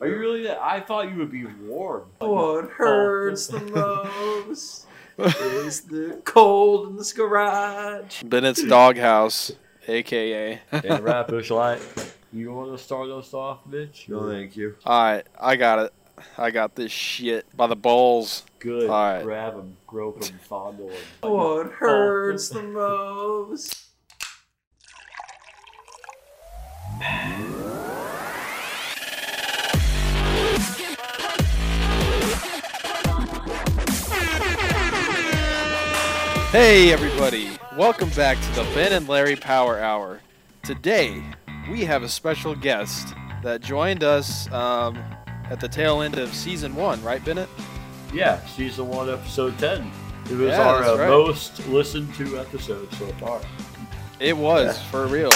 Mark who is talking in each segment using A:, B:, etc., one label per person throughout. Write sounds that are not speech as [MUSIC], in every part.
A: Are you really that? I thought you would be warm.
B: Oh,
C: What hurts the most is the
A: [LAUGHS]
C: cold in this garage.
B: Bennett's doghouse, aka.
A: Damn right, Bushlight. You want to start us off, bitch?
C: No, thank you.
B: All right, I got it. I got this shit by the balls.
A: Good.
B: All right. Oh.
A: Grab him, grope him, fondle him.
C: What hurts the most?
B: Hey, everybody! Welcome back to the Ben and Larry Power Hour. Today, we have a special guest that joined us um, at the tail end of season one, right, Bennett?
A: Yeah, season one, episode ten. It was
B: Yeah,
A: our
B: that's
A: uh,
B: right.
A: most listened to episode so far. [LAUGHS]
B: It was, for real.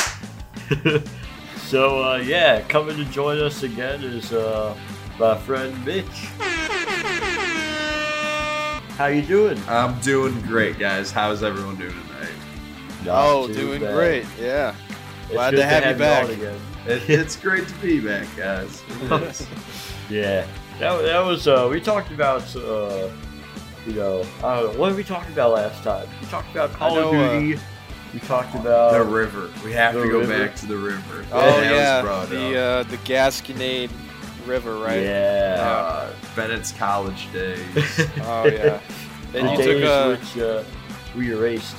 A: So uh, yeah, coming to join us again is uh, my friend Mitch. How you doing?
C: I'm doing great, guys. How's everyone doing tonight?
B: oh, doing great, yeah.
A: It's
B: Glad
A: good
B: to have you back.
A: on again.
C: It, it's great to be back, guys. It is.
A: [LAUGHS] Yeah, that, that was uh, we talked about uh, you know I don't know what did we talk about last time? We talked about Call of
B: know, uh,
A: Duty. we talked
C: the
A: about
C: river. We have
A: the
C: to go
A: river.
C: back to the river.
B: Oh,
C: That was
B: yeah,
C: brought
B: the,
C: up.
B: uh, the Gasconade River, right?
A: yeah.
C: Uh, Bennett's
A: [LAUGHS]
C: college days.
B: Oh, yeah.
A: The
B: And you
A: days
B: took a.
A: which uh, we
B: [LAUGHS]
A: erased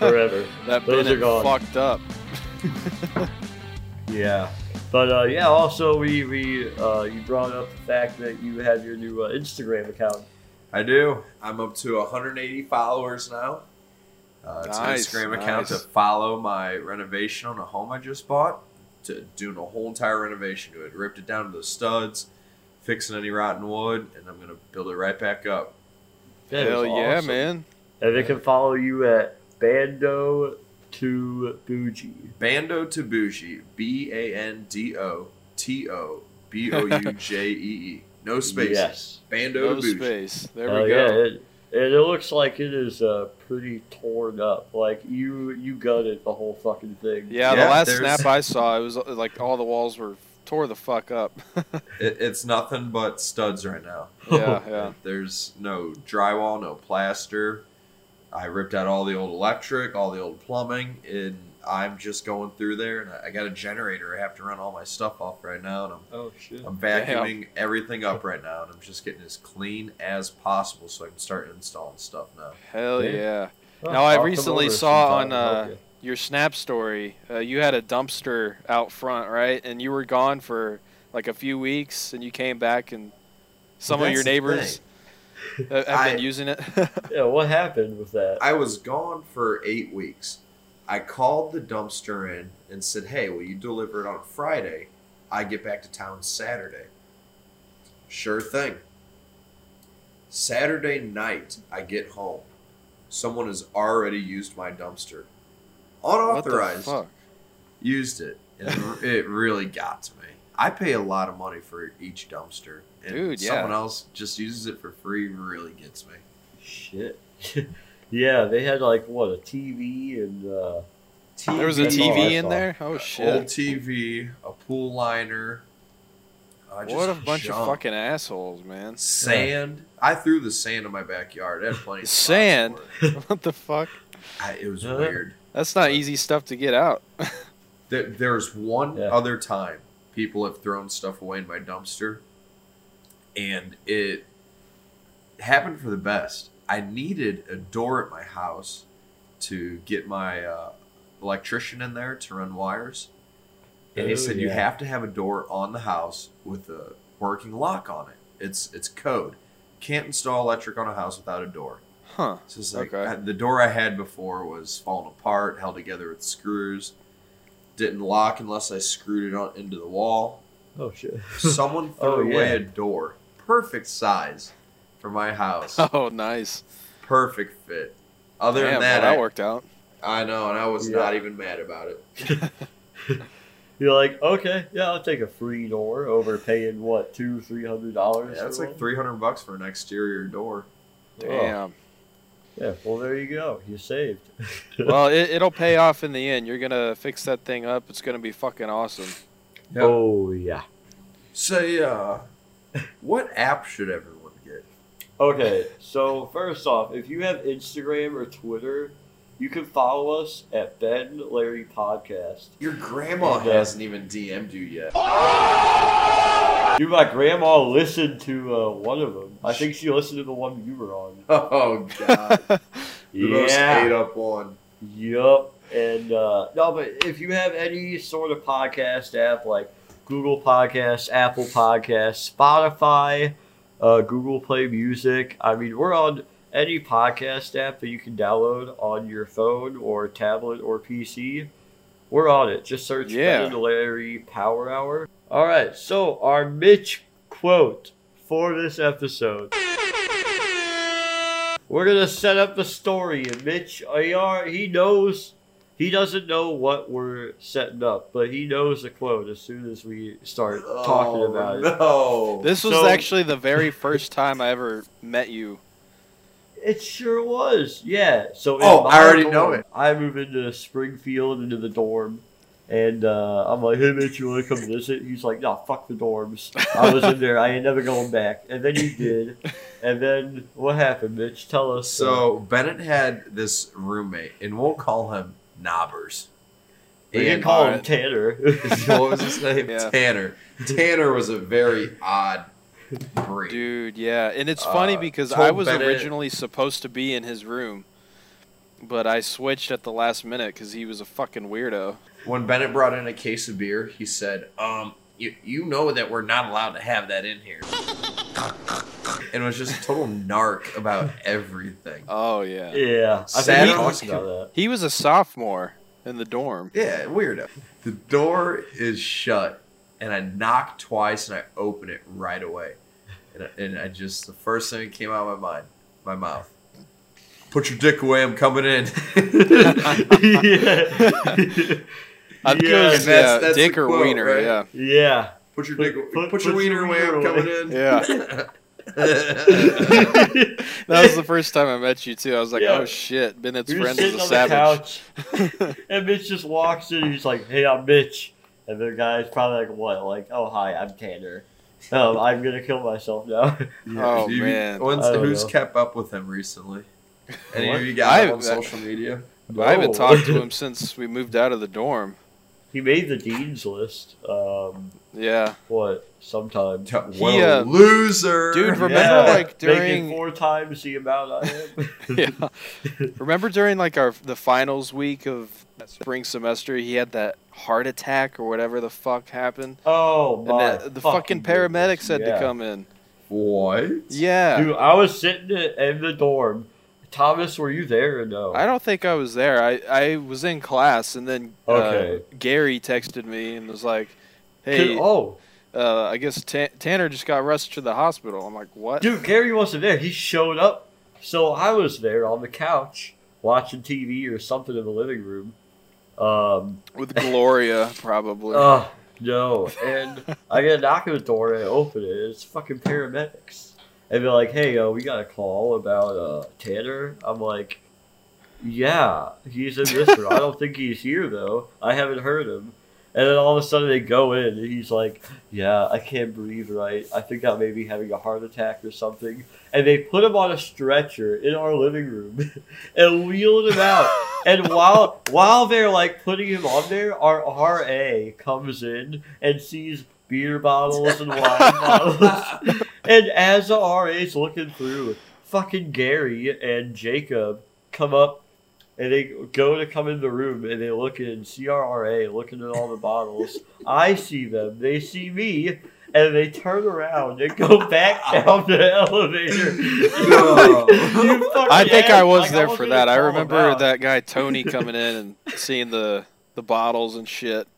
A: forever.
B: That
A: Those are
B: Bennett
A: gone.
B: fucked up.
A: Yeah, but uh, yeah. Also, we we uh, you brought up the fact that you have your new uh, Instagram account.
C: I do. I'm up to 180 followers now. Uh, it's
B: Nice,
C: an Instagram account to
B: nice.
C: follow my renovation on a home I just bought. To doing a whole entire renovation to it, ripped it down to the studs, fixing any rotten wood, and I'm gonna build it right back up.
A: That is
B: Hell yeah,
A: awesome.
B: man.
A: And they can follow you at Bando to Bougie.
C: Bando to Bougie, B A N D O T O B O U J E E. No spaces.
A: Yes.
C: Bando
B: No
C: to Bougie.
B: space. There
A: Hell
B: we
A: Oh, Yeah,
B: go.
A: it, and it looks like it is uh, pretty torn up. Like you you gutted the whole fucking thing.
B: Yeah,
C: Yeah,
B: the last
C: there's-
B: snap I saw, it was uh, like all the walls were tore the
A: [LAUGHS]
B: fuck up. [LAUGHS]
C: It, it's nothing but studs right now.
B: yeah, yeah.
C: There's no drywall, no plaster. I ripped out all the old electric, all the old plumbing, and I'm just going through there. And I- I got a generator. I have to run all my stuff off right now, and I'm
A: Oh shit.
C: I'm vacuuming everything up right now, and I'm just getting as clean as possible so I can start installing stuff now.
B: Hell
A: Yeah.
B: yeah.
A: Well,
B: Now, I
A: pop them
B: recently
A: over
B: saw
A: sometime,
B: on,
A: I'll help
B: uh,
A: you.
B: Your snap story, uh, you had a dumpster out front, right? And you were gone for like a few weeks, and you came back, and some
C: Well,
B: of your
C: that's the
B: neighbors uh, have
C: I-
B: been using it. [LAUGHS]
A: yeah, what happened with that?
C: I was gone for eight weeks. I called the dumpster in and said, "Hey, will you deliver it on Friday? I get back to town Saturday." Sure thing. Saturday night, I get home. Someone has already used my dumpster.
B: what the
C: Unauthorized
B: fuck?
C: used it.
B: [LAUGHS]
C: And it really got to me. I pay a lot of money for each dumpster, and
B: Dude, yeah.
C: someone else just uses it for free really gets me.
A: Shit. [LAUGHS] yeah, they had like what a TV and uh,
B: There was a
A: That's all I
B: TV in
A: saw.
B: there? Oh,
C: old
B: shit.
C: TV, a pool liner. Uh, just
B: What a bunch of
C: junk.
B: fucking assholes,
C: [LAUGHS]
B: man.
C: sand. I threw the sand in my backyard. I had plenty of spots
B: Sand?
C: for it.
B: what the fuck?
C: I, it was
A: Huh?
C: weird.
B: That's not easy stuff to get out.
C: There, there was one
A: Yeah.
C: other time people have thrown stuff away in my dumpster, and it happened for the best. I needed a door at my house to get my uh, electrician in there to run wires. And he
A: Oh,
C: said you
A: yeah.
C: have to have a door on the house with a working lock on it. It's it's code. Can't install electric on a house without a door.
B: Huh.
C: So it's like
B: Okay.
C: I- the door I had before was falling apart, held together with screws. Didn't lock unless I screwed it on into the wall.
A: oh shit.
C: Someone threw
A: Oh,
C: away
A: yeah.
C: a door, perfect size for my house,
B: [LAUGHS] Oh, nice.
C: perfect fit. Other
B: Damn,
C: than that,
B: well,
C: I,
B: that worked out.
C: I know, and I was
A: Yeah.
C: not even mad about it.
A: You're like, okay, yeah, I'll take a free door over paying what two, three hundred dollars.
C: Yeah, that's
A: for
C: like
A: one?
C: three hundred bucks for an exterior door.
A: Oh,
B: Damn.
A: yeah, well there you go, you saved.
B: well, it, it'll pay off in the end. You're gonna fix that thing up. It's gonna be fucking awesome.
A: [LAUGHS]
C: Yep.
A: Oh yeah,
C: Say, uh, [LAUGHS] what app should everyone get?
A: Okay, so first off, if you have Instagram or Twitter, you can follow us at Ben Larry Podcast.
C: Your grandma
A: Yeah.
C: hasn't even DM'd you yet. [LAUGHS]
A: Dude, my grandma listened to uh, one of them. I think she listened to the one you were on.
C: Oh god, the most ate
A: yeah.
C: up one.
A: Yup. And uh, no, but if you have any sort of podcast app like Google Podcasts, Apple Podcasts, Spotify, uh, Google Play Music, I mean, we're on any podcast app that you can download on your phone or tablet or PC. We're on it. Just search
B: Yeah.
A: Ben and Larry Power Hour. All right. So our Mitch quote for this episode. We're gonna set up the story, and Mitch, AR, he knows, he doesn't know what we're setting up, but he knows the quote as soon as we start talking
C: Oh,
A: about it.
C: no.
B: This was
A: So-
B: actually the very first time I ever met you.
A: It sure was, yeah. So in
C: Oh, I
A: my
C: already
A: dorm,
C: know it.
A: I move into Springfield into the dorm, and uh, I'm like, "Hey, Mitch, you want to come visit?" He's like, "No, fuck the dorms. I was in there. I ain't never going back." And then you did, and then what happened, Mitch? Tell us. uh,
C: So Bennett had this roommate, and we'll call him Knobbers.
A: we can
C: And- oh,
A: call him
B: alright.
A: Tanner.
C: [LAUGHS] what was his name?
B: Yeah.
C: Tanner. Tanner was a very odd breed.
B: Dude, yeah. And it's funny
C: Uh,
B: because
C: told
B: I was
C: Bennett-
B: originally supposed to be in his room, but I switched at the last minute because he was a fucking weirdo.
C: When Bennett brought in a case of beer, he said, "Um, you, you know that we're not allowed to have that in here." and was just a total narc about everything.
B: Oh, yeah.
A: [LAUGHS] Yeah, I
C: Sad
A: think we
C: talk.
A: talked about that.
B: He was a sophomore in the dorm.
C: Yeah, weirdo. The door is shut, and I knock twice, and I open it right away. And I, and I just the first thing that came out of my mind, my mouth. Put your dick away. I'm
A: [LAUGHS]
C: coming in.
A: yeah. [LAUGHS]
B: [LAUGHS] I'm
A: Yeah,
B: curious,
C: and that's-
B: yeah,
C: that's the
B: uh, dick or
C: quote,
B: wiener,
C: right?
A: [LAUGHS]
B: yeah. [LAUGHS]
A: yeah.
C: Put your
A: Put-
C: dick. Put,
A: put-
C: your
A: put your
C: wiener away. I'm
A: wiener
C: coming
A: away.
C: in. [LAUGHS]
B: That
A: [LAUGHS]
B: was the first time I met you, too. I was like,
A: Yeah.
B: oh, shit. Bennett's
A: we were
B: friend
A: sitting
B: is a
A: on the
B: savage.
A: couch,
B: [LAUGHS]
A: and Mitch just walks in. and He's like, "Hey, I'm Mitch," and the guy's probably like, "What?" Like, "Oh, hi, I'm Tanner. Um, I'm gonna kill myself now."
B: [LAUGHS] Oh, man.
C: When's-
A: I don't
C: who's
A: know.
C: kept up with him recently? Any
A: What?
C: of you guys
B: I-
C: on social media?
B: I haven't
A: [LAUGHS] No.
B: talked to him since we moved out of the dorm.
A: He made the dean's list. Um, [LAUGHS]
B: Yeah.
A: what? Sometime.
C: What
B: He,
C: a
B: uh,
C: loser,
B: dude, remember,
A: Yeah,
B: like, during-
A: making four times the amount I am.
B: yeah. Remember during like our the finals week of that spring semester, he had that heart attack or whatever the fuck happened,
A: Oh
B: and
A: my!
B: that, the fucking, paramedics
A: goodness,
B: had
A: yeah.
B: to come in.
C: What?
B: Yeah,
A: Dude, I was sitting in the dorm. Thomas, were you there or no?
B: I don't think I was there. I I was in class, and then uh,
A: Okay.
B: Gary texted me and was like,
A: Dude,
B: "Hey,
A: Oh,
B: uh, I guess Ta- Tanner just got rushed to the hospital." I'm like, "What?"
A: dude, Gary wasn't there. He showed up. So I was there on the couch watching TV or something in the living room. Um,
B: With Gloria, probably.
A: uh, no. And I get a knock at the door and I open it. It's fucking paramedics. And they're like, hey, uh, we got a call about uh, Tanner. I'm like, yeah, he's in this room. I don't think he's here, though. I haven't heard him. And then all of a sudden they go in and he's like, yeah, I can't breathe right. I think I may be having a heart attack or something. And they put him on a stretcher in our living room [LAUGHS] and wheeled him out. And while while they're like putting him on there, our RA comes in and sees beer bottles and wine [LAUGHS] bottles. and as the RA's looking through, fucking Gary and Jacob come up and they go to come in the room and they look in CRRA looking at all the bottles. I see them, they see me, and they turn around and go back down the elevator. [LAUGHS]
C: No.
A: You fucking
B: I think I
A: ass.
B: was
A: Like,
B: there
A: wasn't
B: for
A: even
B: that. I
A: thought
B: remember
A: about.
B: that
A: [LAUGHS]
B: guy Tony coming in and seeing the the bottles and shit.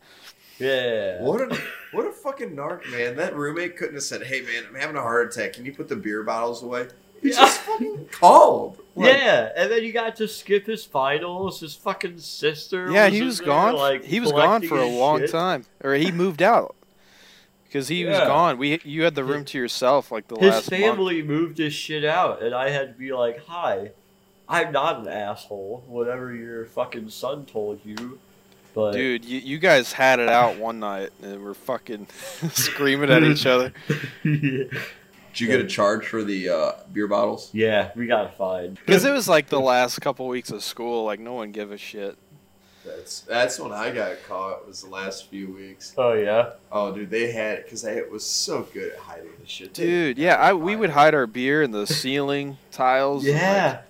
A: Yeah.
C: What a what a fucking narc, man. That roommate couldn't have said, "Hey, man, I'm having a heart attack. Can you put the beer bottles away?" He
A: Yeah.
C: just fucking
B: [LAUGHS]
C: called. Like,
A: yeah, and then you got to skip his finals. His fucking sister.
B: Yeah, he
A: in
B: was
A: there,
B: gone.
A: Like,
B: he was gone for a
A: collecting his
B: long
A: shit.
B: time, or he moved out because he was
A: Yeah.
B: gone. We you had the room to yourself like the
A: His
B: last month.
A: family moved his shit out, and I had to be like, "Hi, I'm not an asshole. Whatever your fucking son told you, But
B: Dude, you, you guys had it out one night and we're fucking [LAUGHS] screaming at each other.
A: [LAUGHS]
C: Did you get a charge for the uh, beer bottles?
A: yeah, we got to find.
B: Because it was like the last couple weeks of school, like no one gave a shit.
C: That's that's when I got caught. Was the last few weeks.
A: [LAUGHS] oh yeah,
C: Oh, dude, they had it because it was so good at hiding the shit. They-
B: Dude, yeah, I we would hide our beer in the ceiling tiles. and, like,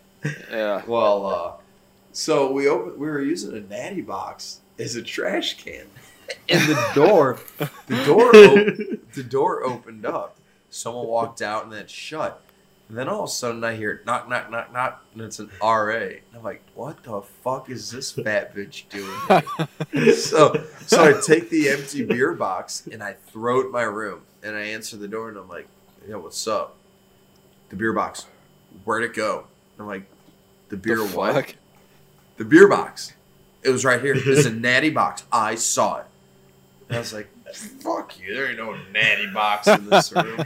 B: [LAUGHS]
A: yeah.
B: yeah.
C: Well, uh, so we opened, we were using a natty box as a trash
B: [LAUGHS]
C: can, and the door, the door, op- the door opened up. Someone walked out and then it shut. And then all of a sudden I hear knock, knock, knock, knock, and it's an RA. And I'm like, what the fuck is this fat bitch doing?
B: [LAUGHS]
C: here?" so, so I take the empty beer box and I throw it in my room. And I answer the door and I'm like, yeah, what's up? The beer box. Where'd it go? And I'm like, the beer
B: the
C: what?
B: fuck?
C: the beer box. It was right here.
A: [LAUGHS]
C: It's a natty box. I saw it. And I was like, fuck you. There ain't no natty box in this
A: [LAUGHS]
C: room.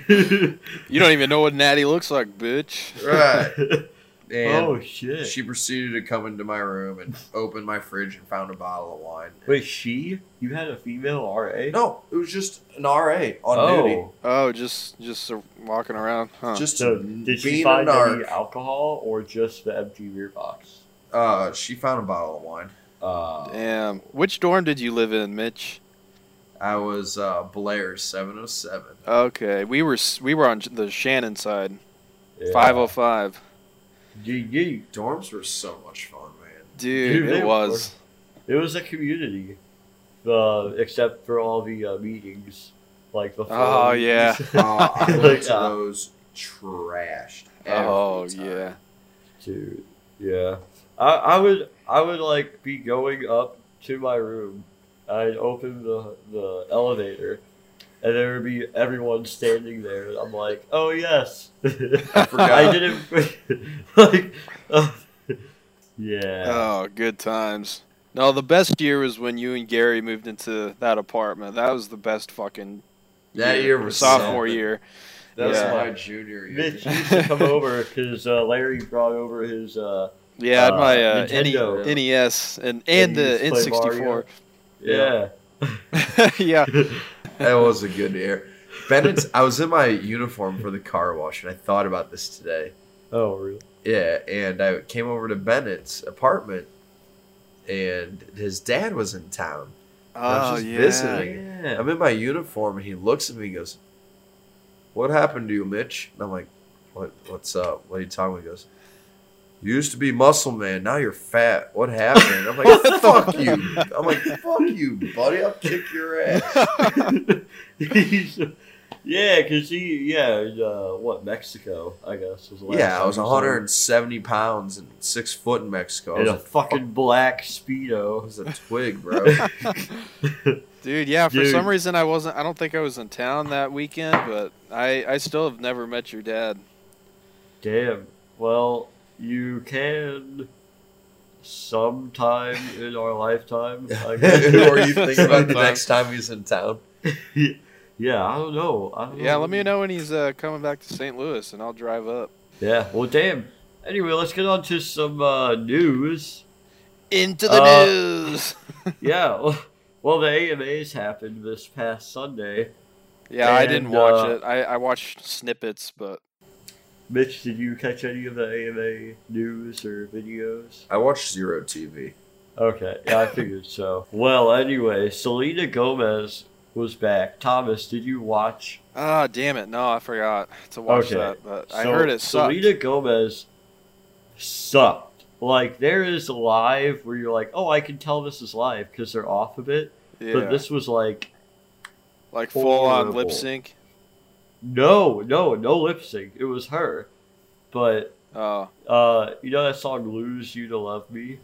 B: You don't even know what Natty looks like, bitch.
C: right.
A: [LAUGHS] oh
C: And
A: shit!
C: she proceeded to come into my room and open my fridge and found a bottle of wine.
A: Wait, she? You had a female RA?
C: No, it was just an RA on duty.
A: oh,
B: Oh, just just uh, walking around, huh?
C: Just
A: so
C: being
A: did she
C: a
A: find any
C: narc.
A: alcohol or just the empty beer box?
C: Uh, she found a bottle of wine.
A: Uh,
B: Damn. Which dorm did you live in, Mitch?
C: I was uh, Blair 707.
B: Okay, we were s- we were on j- the Shannon side,
A: yeah.
B: 505.
A: GG.
C: Dorms were so much fun,
A: [LAUGHS]
C: man.
B: Dude,
A: Dude, they
B: it was.
A: It was a community, uh, except for all the uh, meetings, like the.
B: Oh,
A: forums.
B: yeah. [LAUGHS]
C: Uh, I
A: Like,
C: went to
A: uh,
C: those trashed. every
B: Oh
C: time.
B: yeah.
A: Dude, yeah. I, I would I would like be going up to my room. I'd open the the elevator, and there would be everyone standing there. And I'm like, oh yes, [LAUGHS]
C: [LAUGHS] I forgot.
A: I didn't [LAUGHS] like. uh, yeah.
B: Oh, good times. No, the best year was when you and Gary moved into that apartment. That was the best fucking
C: That year was
B: sophomore
C: something.
B: year.
C: That was
B: Yeah.
C: my junior year. [LAUGHS]
A: Mitch used to come over because uh, Larry brought over his. Uh,
B: Yeah, I had
A: Uh,
B: my uh,
A: Nintendo.
B: NE NES and
A: And
B: and
A: you
B: the
A: just play Mario.
B: N64.
A: yeah.
B: [LAUGHS] yeah.
C: That was a good year. [LAUGHS] Bennett's. I was in my uniform for the car wash, and I thought about this today.
A: Oh really?
C: Yeah, and I came over to Bennett's apartment, and his dad was in town. was
B: Oh
C: just
B: yeah.
C: visiting.
A: Yeah.
C: I'm in my uniform, and he looks at me and goes, "What happened to you, Mitch?" And I'm like, "What? What's up? What are you talking?" about? He goes, "You used to be muscle man. Now you're fat. [LAUGHS] What happened?" I'm like, "Fuck you!" I'm like, "Fuck you, buddy. I'll kick your ass."
A: [LAUGHS] yeah, because he, yeah, in, uh, what, Mexico, I guess, was the last
C: Yeah, I
A: time
C: was
A: he
C: 170 pounds and six foot in Mexico.
A: there.
C: I
A: In
C: was
A: a
C: a,
A: fucking black
C: I
A: Speedo.
C: was a twig,
B: [LAUGHS]
C: bro.
B: Dude, yeah, for
A: Dude.
B: some reason I wasn't I don't think I was in town that weekend, but I I still have never met your dad.
A: Damn. Well, you can sometime in our lifetime, I
C: [LAUGHS]
A: guess.
C: or you think about the next time he's in town?
A: yeah, I don't know. I don't
B: Yeah, let me know when he's uh, coming back to St. Louis and I'll drive up.
A: Yeah, well, damn. Anyway, let's get on to some uh, news.
B: Into
A: the
B: the
A: Uh,
B: news.
A: yeah, well- [LAUGHS] well, the AMAs happened this past Sunday.
B: [LAUGHS] Yeah, I didn't
A: and,
B: watch
A: uh,
B: it. I, I watched snippets, but
A: Mitch, did you catch any of the AMA news or videos?
C: I watched zero TV.
A: Okay, yeah, I figured so. [LAUGHS] Well, anyway, Selena Gomez was back. Thomas, did you watch?
B: ah, damn it, no, I forgot to watch
A: Okay,
B: that. But I
A: So,
B: heard it sucked.
A: Selena Gomez sucked. Like there is live where you're like, oh, I can tell this is live because they're off of it.
B: yeah,
A: But this was like,
B: like full on
A: horrible.
B: lip sync.
A: no, no, no lip sync. It was her. But
B: Oh
A: uh, you know that song "Lose You to Love Me."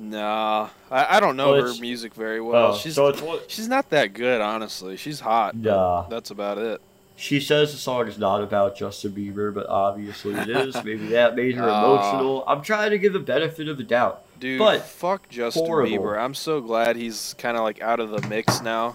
B: nah, I, I don't know
A: Well,
B: her
A: it's-
B: music very well.
A: Oh,
B: she's
A: so it's one-
B: she's not that good, honestly. She's hot. but
A: Nah.
B: that's about it.
A: She says the song is not about Justin Bieber, but obviously it [LAUGHS] is. Maybe that made her
B: Ah.
A: emotional. I'm trying to give the benefit of the doubt.
B: Dude,
A: But
B: fuck Justin
A: horrible.
B: Bieber. I'm so glad he's kind of like out of the mix now.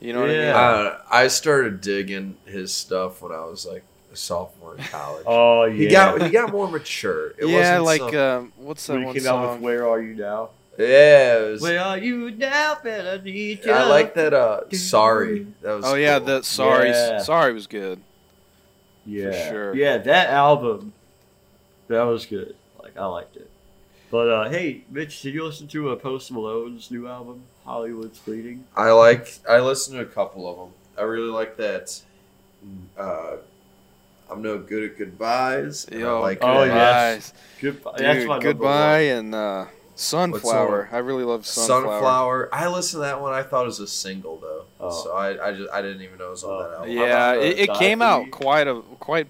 B: You know
A: Yeah.
B: what I mean?
C: Uh, I started digging his stuff when I was like a sophomore in college.
A: Oh yeah,
C: He got he got more mature. It
B: yeah,
C: wasn't
B: like
C: some-
B: um, what's that
A: when he
B: one
A: came out with
B: song?
A: "Where Are You Now."
C: Yeah, it was-
A: Where are you now, man? I need you.
C: I like that. Uh, sorry, that was.
B: Oh yeah,
C: cool.
B: that sorry,
A: Yeah.
B: sorry was good.
A: yeah.
B: sure.
A: Yeah, that album, that was good. Like I liked it. But uh, hey, Mitch, did you listen to uh, Post Malone's new album, Hollywood's Bleeding?
C: I like. I listened to a couple of them. I really like that. Uh, I'm no good at goodbyes. and I
B: Yo,
C: like
A: Oh,
C: that.
A: yeah.
B: goodbyes.
A: Goodbye. That's
B: Dude,
A: my number
B: goodbye and uh, sunflower. I really love sunflower.
C: Sunflower. I listened to that one. I thought it was a single though,
A: Oh.
C: so I, I just I didn't even know it was on
A: Oh.
C: that album.
B: Yeah,
A: How about
B: it,
A: the
B: it came out
A: Dodgy?
B: quite a quite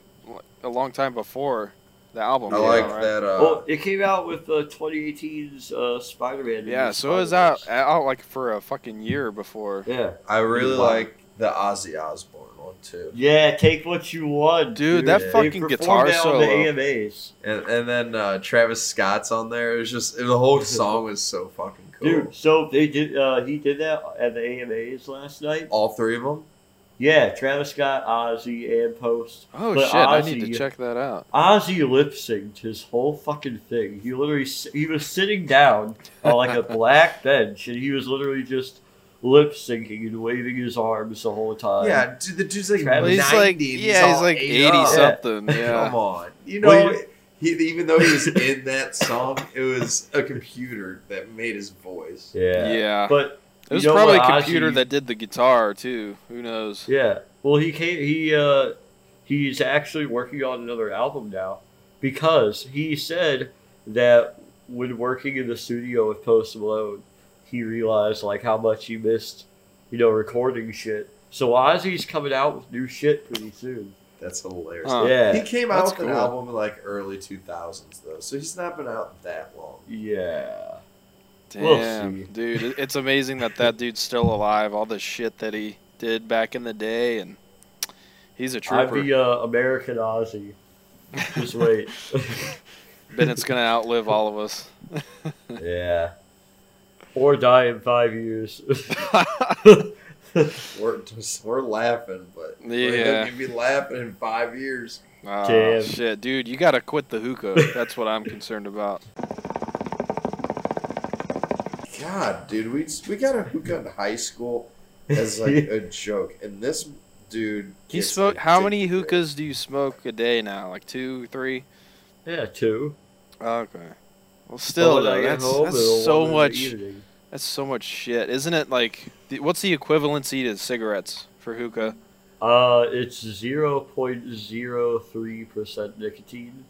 B: a long time before the album.
C: I
B: came
C: like
B: out, right?
C: that. Uh,
A: one. Well, it came out with uh, 2018's uh, Spider-Man.
B: Yeah,
A: and
B: so it was out
A: Spider-Verse.
B: out like for a fucking year before.
A: Yeah,
C: I really
A: Wow.
C: like the Ozzy Osbourne one too.
A: yeah. Take what you want,
B: Dude,
A: dude.
B: that
A: They
B: fucking
A: performed
B: guitar
A: that on the
B: solo.
A: AMAs,
C: And and then uh, Travis Scott's on there. It was just the
B: [LAUGHS]
C: whole song was so fucking cool.
A: dude. So they did. Uh, he did that at the AMAs last night.
C: All three of them.
A: Yeah, Travis Scott, Ozzy, and Post.
B: Oh
A: But
B: shit, I need to
A: Ozzy-
B: check that out.
A: Ozzy lip synced his whole fucking thing. He literally s- he was sitting down on like a black bench, and he was literally just lip syncing and waving his arms the whole time.
C: yeah, dude, the dude's like
A: Travis-
B: Well,
C: ninety.
B: Uh, he's like
C: and he's
B: yeah, he's
C: all
B: like
C: ate
B: eighty
C: up.
B: [LAUGHS] something. Yeah.
C: Come on, you
A: Well,
C: know. He, even though he was in that song, it was a computer that made his voice.
A: yeah,
B: Yeah.
A: But
B: It was
A: You know
B: probably a
A: what,
B: computer
A: Ozzy-
B: that did the guitar too. Who knows?
A: Yeah. Well, he came. He uh, he's actually working on another album now because he said that when working in the studio with Post Malone, he realized like how much he missed, you know, recording shit. So Ozzy's coming out with new shit pretty soon.
C: That's hilarious.
B: Huh.
A: Yeah.
C: He came out
B: That's
C: with an
B: cool.
C: album in like early 2000s though, so he's not been out that long.
A: yeah. We'll
B: Damn,
A: see.
B: dude, it- it's amazing that that dude's still alive. All the shit that he did back in the day, and he's a
A: I'd
B: trooper.
A: be uh, American Ozzy. Just
B: [LAUGHS]
A: wait. [LAUGHS]
B: Bennett's gonna outlive all of us.
A: yeah. Or die in five [LAUGHS] years.
B: Ah,
C: We're just we're laughing, but
B: Yeah.
C: we're gonna be laughing in five years.
B: Ah,
A: Damn.
B: shit, dude, you gotta quit the hookah. That's what I'm
A: [LAUGHS]
B: concerned about.
C: God, dude, we just, we got a hookah in high school as
A: [LAUGHS]
C: like a joke, and this dude.
B: You
C: gets
B: smoke? How many
C: addicted.
B: hookahs do you smoke a day now? Like two, three?
A: yeah, two.
B: Okay. Well, still
A: But when I
B: though,
A: get
B: that's,
A: home, it'll
B: that's so
A: one in the
B: much.
A: evening.
B: That's so much shit, isn't it? Like, the- what's the equivalency to cigarettes for hookah?
A: Uh, it's zero point zero three percent nicotine.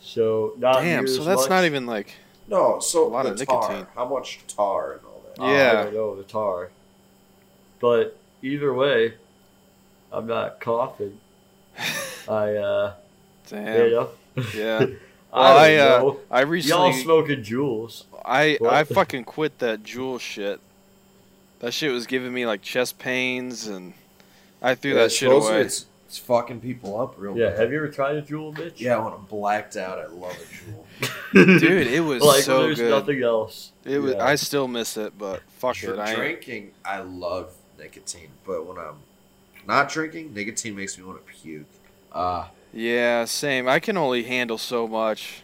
A: So Uh, not
B: Damn,
A: near
B: so
A: as
B: that's
A: much.
B: not even like.
C: No, so
B: A lot
C: the
B: of
C: tar.
B: nicotine.
C: How much tar and all that?
A: Uh,
B: Yeah.
A: I don't know the tar. But either way, I'm not coughing. I uh, you
B: [LAUGHS] Damn.
A: know, [LAUGHS]
B: Yeah.
A: I,
B: I,
A: don't
B: uh,
A: know.
B: I
A: Y'all
B: recently,
A: smoking jewels?
B: I
A: What? [LAUGHS]
B: I fucking quit that jewel shit. That shit was giving me like chest pains, and I threw that shit
C: supposedly
B: away.
C: It's, it's fucking people up real
A: Yeah.
C: bad.
A: Have you ever tried a jewel, Mitch?
C: Yeah, when I'm blacked out, I love a jewel. [LAUGHS]
B: [LAUGHS] [LAUGHS]
A: [LAUGHS]
B: Dude, it was
A: like when
B: so
A: there's
B: good.
A: nothing else.
B: It was.
A: Yeah.
B: I still miss it, but fuck it. I ain't-
C: drinking, I love nicotine, but when I'm not drinking, nicotine makes me want to puke. Uh,
B: yeah, same. I can only handle so much.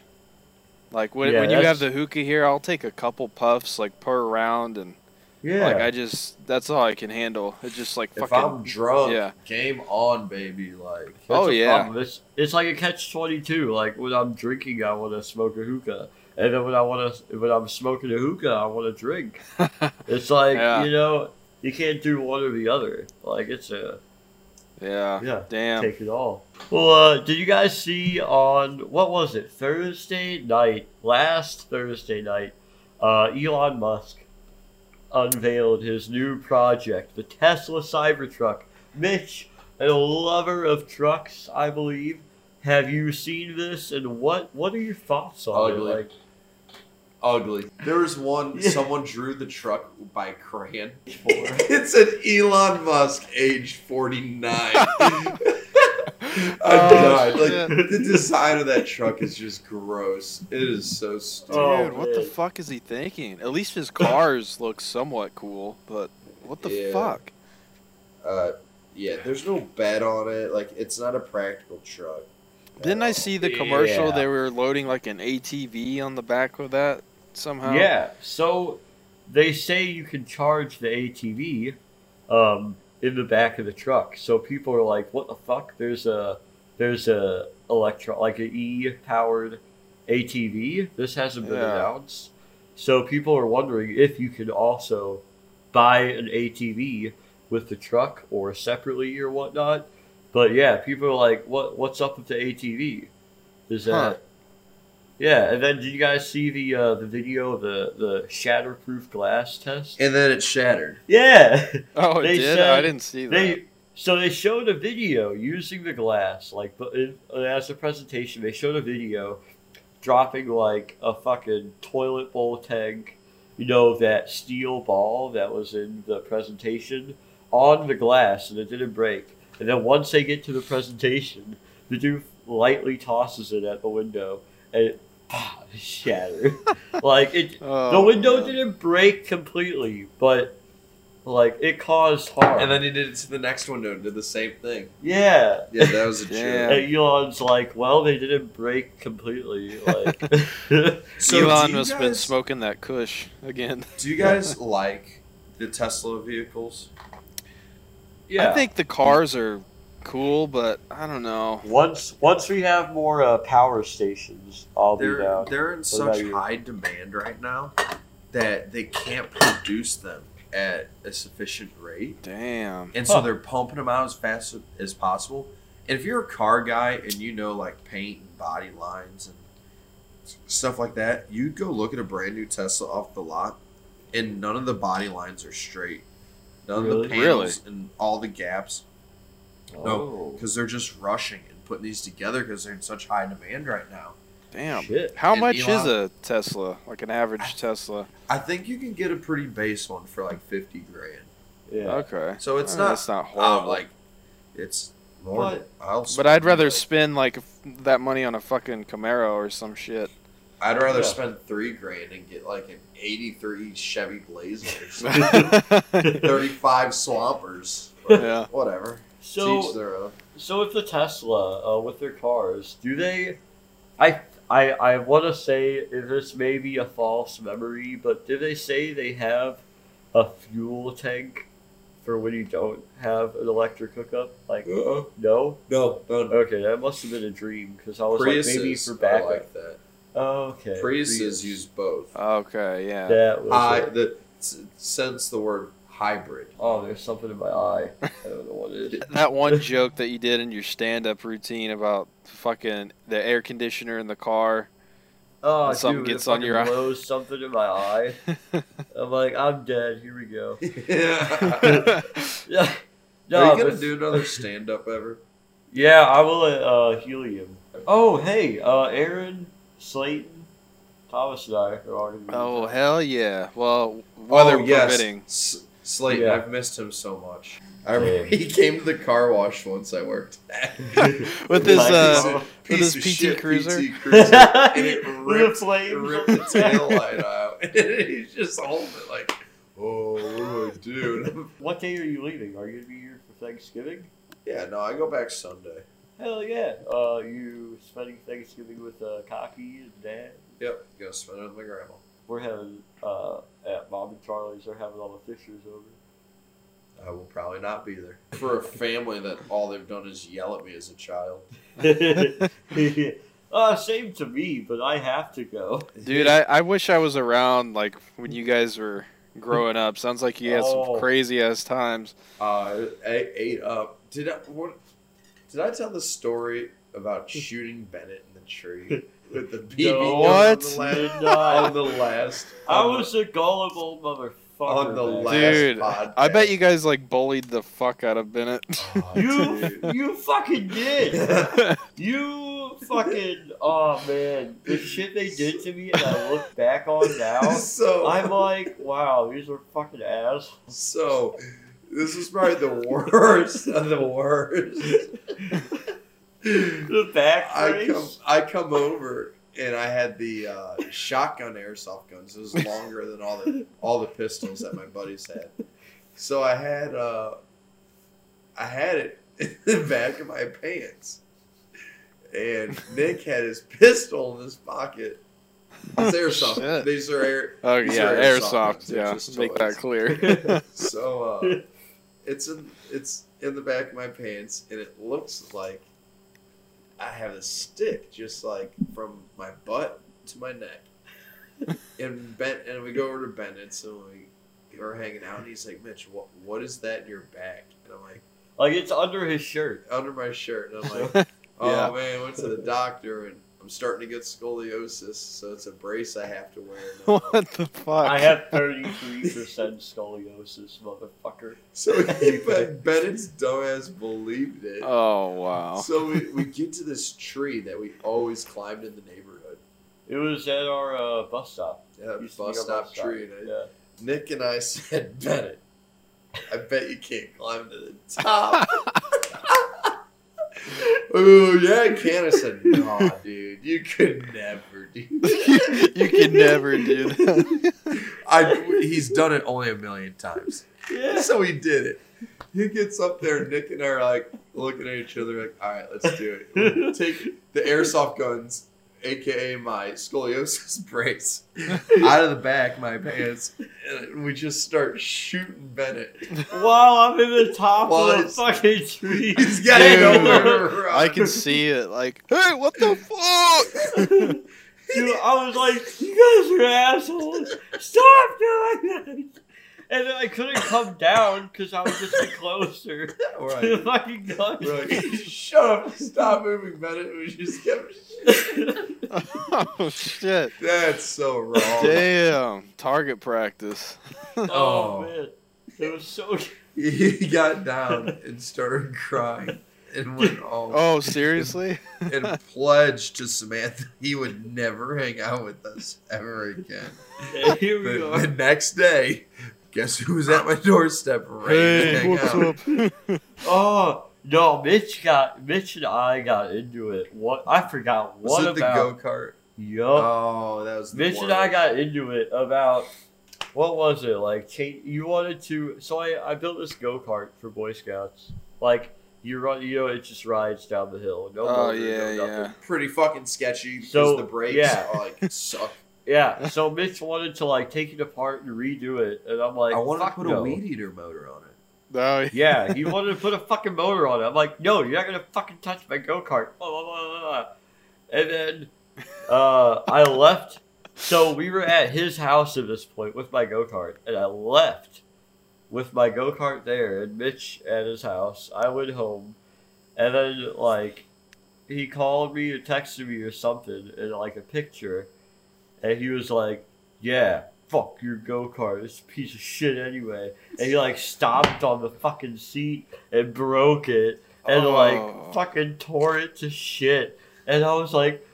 B: Like when
A: Yeah,
B: when you have
A: that's-
B: the hookah here, I'll take a couple puffs like per round, and
A: Yeah.
B: like I just that's all I can handle. It just like
C: if
B: fucking
C: I'm drunk,
B: yeah.
C: game on, baby. Like,
A: That's
B: Oh,
A: the
B: yeah.
A: problem. It's, it's like a catch twenty two. Like when I'm drinking, I want to smoke a hookah, and then when I want to when I'm smoking a hookah, I want to
B: [LAUGHS]
A: drink. it's like
B: Yeah.
A: you know you can't do one or the other. Like it's a
B: yeah.
A: yeah.
B: Damn.
A: Take it all. Well, uh, did you guys see on what was it Thursday night? Last Thursday night, uh, Elon Musk unveiled his new project, the Tesla Cybertruck. Mitch, a lover of trucks, I believe. Have you seen this, and what what are your thoughts on
C: Ugly.
A: it? Like,
C: ugly. There was
A: [LAUGHS]
C: one.
A: Yeah.
C: Someone drew the truck by crayon.
A: [LAUGHS]
C: [LAUGHS] it's an Elon Musk, age forty
B: [LAUGHS]
C: nine. [LAUGHS] I
B: Oh,
C: died.
A: shit.
C: Like the design of that truck is just gross. It is so stupid.
B: Dude,
A: Oh,
B: what the
A: man.
B: fuck is he thinking? At least [LAUGHS] his cars look somewhat cool, but what the
C: Yeah.
B: fuck?
C: Uh, yeah, there's no bed on it. Like, it's not a practical truck.
B: Didn't I
C: Uh,
B: see the commercial?
A: yeah.
B: They were loading like an ATV on the back of that somehow.
A: Yeah. So they say you can charge the ATV um, in the back of the truck. So people are like, "What the fuck? There's a there's a electro like an E powered ATV. This hasn't been
B: Yeah.
A: announced." So people are wondering if you can also buy an ATV with the truck or separately or whatnot. But yeah, people are like, "What what's up with the ATV?" Is that
B: Huh.
A: yeah, and then did you guys see the uh, the video of the the shatterproof glass test?
C: And then it shattered.
A: Yeah,
B: [LAUGHS]
A: [LAUGHS]
B: Oh, it
A: They
B: did. I
A: said
B: didn't see that.
A: they so they showed a video using the glass, like but in, as a presentation, they showed a video dropping like a fucking toilet bowl tank, you know, that steel ball that was in the presentation on the glass, and it didn't break. And then once they get to the presentation, the dude lightly tosses it at the window, and it ah,
B: [LAUGHS]
A: shattered. like it,
B: Oh,
A: the window
B: man.
A: didn't break completely, but like it caused harm.
C: And then he did it to the next window and did the same thing.
A: yeah.
C: Yeah, that
B: [LAUGHS]
C: was a
B: Damn.
C: joke.
A: And Elon's like, well, they didn't break completely. Like,
C: do
B: Elon
C: you
B: must have been
C: guys-
B: smoking that Kush again. [LAUGHS]
C: Do you guys like the Tesla vehicles?
A: [LAUGHS] yeah.
B: I think the cars are cool, but I don't know.
A: once once we have more uh, power stations, I'll be
C: They're
A: down.
C: they're in
A: about
C: such
A: you?
C: high demand right now that they can't produce them at a sufficient rate.
B: Damn.
C: And so
A: Huh.
C: they're pumping them out as fast as possible. And if you're a car guy and you know like paint and body lines and s- stuff like that, you'd go look at a brand new Tesla off the lot, and none of the body lines are straight. None of
A: Really?
C: the panels and all the gaps
A: oh,
C: because they're just rushing and putting these together because they're in such high demand right now.
B: Damn.
A: shit.
B: How
C: And
B: much is
C: Elon-
B: a Tesla? Like an average Tesla?
C: I think you can get a pretty base one for like fifty grand.
A: Yeah.
B: Okay.
C: So it's
B: Oh,
C: not,
B: That's not
C: wow,
B: horrible.
C: like it's normal. I'll
B: but I'd rather
C: spend-
B: spend like f- that money on a fucking Camaro or some shit. [LAUGHS]
C: I'd rather
A: Yeah.
C: spend three grand and get like an '83 Chevy Blazer,
A: [LAUGHS]
C: or something.
B: yeah.
C: '35 Swampers, or
B: Yeah.
C: whatever. Teach
A: So
C: their own.
A: so with the Tesla, uh, with their cars, do they? I I I want to say this may be a false memory, but do they say they have a fuel tank for when you don't have an electric hookup? Like,
C: Uh-uh.
A: no.
C: No, no, no.
A: Okay, that must have been a dream because I was like maybe
C: Priuses
A: for
C: are
A: backup. Oh,
C: like that.
A: okay.
C: Priuses use both.
B: Okay. Yeah.
A: that was
C: I
A: it.
C: the s- sense the word
A: [LAUGHS]
C: hybrid. [LAUGHS]
A: Oh, there's something in my eye. I don't know what it is.
B: [LAUGHS] That one joke that you did in your stand-up routine about fucking the air conditioner in the car. [LAUGHS]
A: Oh,
B: And something
A: dude, it
B: gets on
A: fucking
B: your eye.
A: blows something in my eye. I'm like, I'm dead. Here we go. [LAUGHS]
C: yeah.
B: yeah.
A: Yeah.
C: Are
A: No,
C: you gonna
A: but-
C: do another stand up ever?
A: Yeah, I will at uh, Helium. Oh, hey, uh, Aaron, Slayton, Thomas, and I are all going to be. [LAUGHS]
B: Oh hell yeah! Well, weather permitting.
C: Oh, S- Slayton,
A: Yeah.
C: I've missed him so much. I remember he came to the car wash once I worked. [LAUGHS]
B: With this,
A: Like,
B: uh,
A: [LAUGHS] oh.
B: With his PT Cruiser?
C: PT
A: [LAUGHS]
C: Cruiser. and it
A: With
C: ripped, it
A: flames.
C: ripped the tail light out. [LAUGHS] And he's just holding it like, oh, what do I do?" [LAUGHS] And I'm-
A: [LAUGHS] What day are you leaving? Are you going to be here for Thanksgiving?
C: Yeah, no, I go back Sunday.
A: Hell yeah. Uh, you spending Thanksgiving with uh, Cocky and Dad?
C: Yep, go spend it with my grandma.
A: We're having, uh, at Mom and Charlie's, they're having all the Fishers over.
C: I will probably not be there. For a family that all they've done is yell at me as a child. [LAUGHS]
A: uh, same to me, but I have to go.
B: Dude, I, I wish I was around like when you guys were growing up. Sounds like you had
A: Oh.
B: some crazy ass times.
C: Uh, I ate up. Did I what? Did I tell the story
A: [LAUGHS]
C: about shooting Bennett in the tree with the [LAUGHS]
B: [LAUGHS]
C: BB
A: No,
C: gun On, the
B: What?
A: Did
C: last,
A: not.
C: on the last?
A: [LAUGHS] I was a gullible motherfucker.
C: on the
A: man.
C: last
B: Dude,
C: podcast.
B: I bet you guys like bullied the fuck out of Bennett.
C: [LAUGHS] Oh,
A: You,
C: [LAUGHS] dude.
A: you fucking did.
C: [LAUGHS]
A: You fucking. Oh man, the shit they did to me, and I look back on
C: [LAUGHS]
A: now.
C: so
A: I'm like, wow, these are fucking assholes.
C: so. This is probably the worst of the
A: [LAUGHS]
C: worst.
A: The back
C: I
A: brace.
C: come, I come over and I had the uh, shotgun airsoft guns. It was longer than all the all the pistols that my buddies had. So I had uh, I had it in the back of my pants, and Nick had his pistol in his pocket, It's airsoft.
B: Shit.
C: These are air.
B: Oh
C: These
B: yeah,
C: are
B: airsoft.
C: airsoft. They're
B: Yeah,
C: just
B: make that
C: toys.
B: clear. [LAUGHS]
C: So uh, it's in it's in the back of my pants, and it looks like I have a stick just like from my butt to my neck.
B: [LAUGHS]
C: and Ben and we go over to Bennett's and we are hanging out, and he's like, "Mitch, what what is that in your back?" And I'm like,
A: Like it's under his shirt.
C: "Under my shirt," and I'm
B: [LAUGHS]
C: like, "Oh
B: Yeah.
C: man, I went to the doctor and." I'm starting to get scoliosis, so it's a brace I have to wear. And I'm
B: [LAUGHS]
C: like,
B: what the fuck?
A: I [LAUGHS] have thirty three percent scoliosis, motherfucker.
C: So he, but Bennett's dumbass believed it.
B: Oh wow.
C: So we, we get to this tree that we always climbed in the neighborhood.
A: It was at our uh, bus stop.
C: That
A: Used to be
C: bus
A: our
C: stop tree. And I-
A: Yeah.
C: Nick and I [LAUGHS] said, Bennett, I bet you can't climb to the [LAUGHS] top. Oh yeah, I can. I said, no, dude, you could never do that.
B: [LAUGHS] you can never do that.
C: [LAUGHS] I, he's done it only a million times.
A: Yeah.
C: [LAUGHS] So he did it. He gets up there, Nick and I are like looking at each other, like, all right, let's do it. We take the airsoft guns, aka my scoliosis [LAUGHS] brace, out of the back of my pants, and we just start shooting Bennett.
A: Wow, I'm in the top
C: Well,
A: of the
C: it's-
A: fucking
C: [LAUGHS]
A: tree.
C: He's got it
B: Dude.
C: over. [LAUGHS]
B: I can see it. Like, hey, what the fuck? [LAUGHS]
A: Dude, I was like, you guys are assholes. Stop doing that. And then I couldn't come down because I was just closer to
C: All
A: the
C: right.
A: fucking gun.
C: We're like, shut up, stop moving, Bennett. We just kept.
B: oh shit!
C: That's so wrong.
B: Damn, target practice.
A: [LAUGHS] oh
C: Oh.
A: man, it was so. [LAUGHS]
C: He got down and started crying
A: [LAUGHS]
C: and went off.
B: Oh seriously?
C: and pledged to Samantha he would never hang out with us ever again.
A: And here we
C: But the
A: go.
C: next day, guess who was at my doorstep ready to hang out?
A: Oh no, Mitch got Mitch and I got into it. What I forgot.
C: Was
A: What
C: it
A: about?
C: the go kart?
A: Yup.
C: Oh, that was the
A: Mitch and
C: one.
A: I got into it about what was it like? Cha- you wanted to, so I, I built this go kart for Boy Scouts. Like you run, you know, it just rides down the hill. No
B: Oh
A: motor,
B: yeah,
A: no nothing.
B: yeah.
C: pretty fucking sketchy because
A: So,
C: the brakes
A: yeah.
C: are like suck.
A: yeah. So Mitch wanted to like take it apart and redo it, and I'm like,
C: I wanted to
A: "Fuck
C: put
A: no."
C: a weed eater motor on it.
B: Oh yeah. [LAUGHS]
A: Yeah, [LAUGHS] he wanted to put a fucking motor on it. I'm like, no, you're not gonna fucking touch my go kart. Blah blah blah blah. blah. And then uh, I left. So we were at his house at this point with my go kart, and I left with my go kart there and Mitch at his house. I went home, and then like he called me or texted me or something, and like a picture, and he was like, "Yeah, fuck your go kart. It's a piece of shit anyway." And he like stomped on the fucking seat and broke it and
B: Oh.
A: like fucking tore it to shit. And I was like,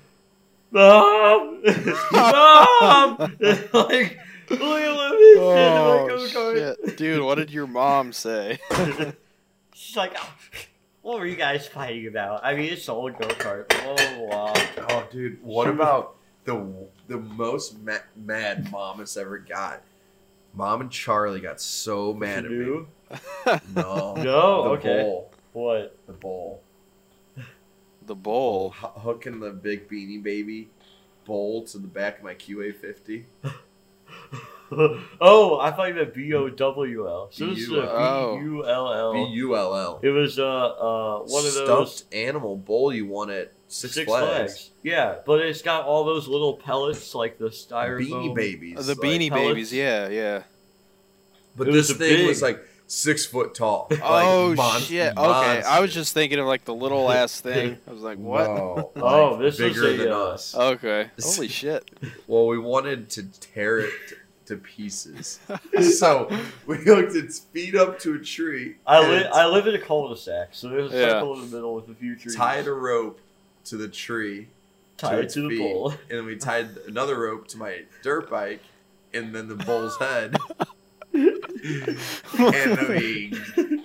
A: Mom! [LAUGHS] Mom! [LAUGHS] And, like, look at all this
B: Oh
A: shit in my go kart.
B: shit, dude! What did your mom say? [LAUGHS]
A: [LAUGHS] She's like, "Oh, What were you guys fighting about? I mean, it's all go kart. Blah, blah, blah.
C: Oh, dude, what about the the most ma- mad mom has ever got? Mom and Charlie got so mad at me.
A: You? [LAUGHS] No,
C: No, the
A: okay.
C: bowl.
A: What?
C: the bowl.
B: The bowl.
C: H- hooking the big beanie baby bowl to the back of my QA50.
A: [LAUGHS] oh, I thought you meant B O W L. So this is a
B: B-U-L.
A: B U L
C: B
A: L.
C: U L L.
A: Oh. It was uh, uh, one of those
C: Stuffed animal bowl you won at Six, Flags.
A: Yeah, but it's got all those little pellets like the styrofoam.
C: Beanie babies.
B: Uh, The
C: like-
B: beanie
A: pellets.
B: babies. Yeah, yeah.
C: But
A: It was
C: this
A: a
C: thing
A: big-
C: was like six foot
B: [LAUGHS]
C: tall. Like,
B: oh
C: mon-
B: shit! Okay,
C: monster.
B: I was just thinking of like
A: [LAUGHS]
B: the little ass thing. I was like, what?
C: No, like,
A: Oh, this was
C: bigger
A: a,
C: than
A: uh,
C: us.
A: [LAUGHS]
B: Okay. Holy shit!
C: Well, we wanted to tear it to pieces, [LAUGHS] so we hooked its feet up to a tree.
A: I
C: and
A: live
C: its
A: I live in a cul-de-sac, so there's a
B: Yeah.
A: circle in the middle with a few trees.
C: tied a rope to the tree,
A: Tied
C: to
A: to,
C: its
A: the
C: feet.
A: pole.
C: and then we tied another rope to my dirt bike, and then the bull's head, and then we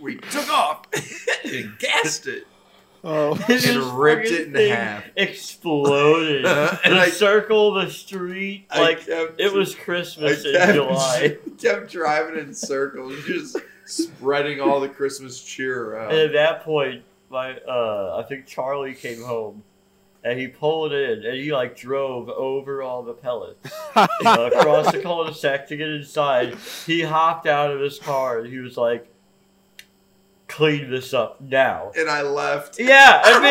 C: we took off [LAUGHS] and gassed it.
B: [LAUGHS] oh.
A: This [LAUGHS]
C: And ripped
A: fucking
C: it in
A: thing
C: half.
A: [LAUGHS]
C: [LAUGHS]
A: Exploded.
C: And
A: the
C: I-
A: circle, the street,
C: I
A: like
C: kept-
A: it was
C: I
A: Christmas
C: kept-
A: in July.
C: [LAUGHS] Kept driving in circles, just spreading all the Christmas cheer
A: And at
C: around.
A: that point, my uh, I think Charlie came home, and he pulled in and he like drove over all the pellets uh, across the cul-de-sac to get inside. He hopped out of his car and he was like, "Clean this up now."
C: And I left.
A: Yeah, and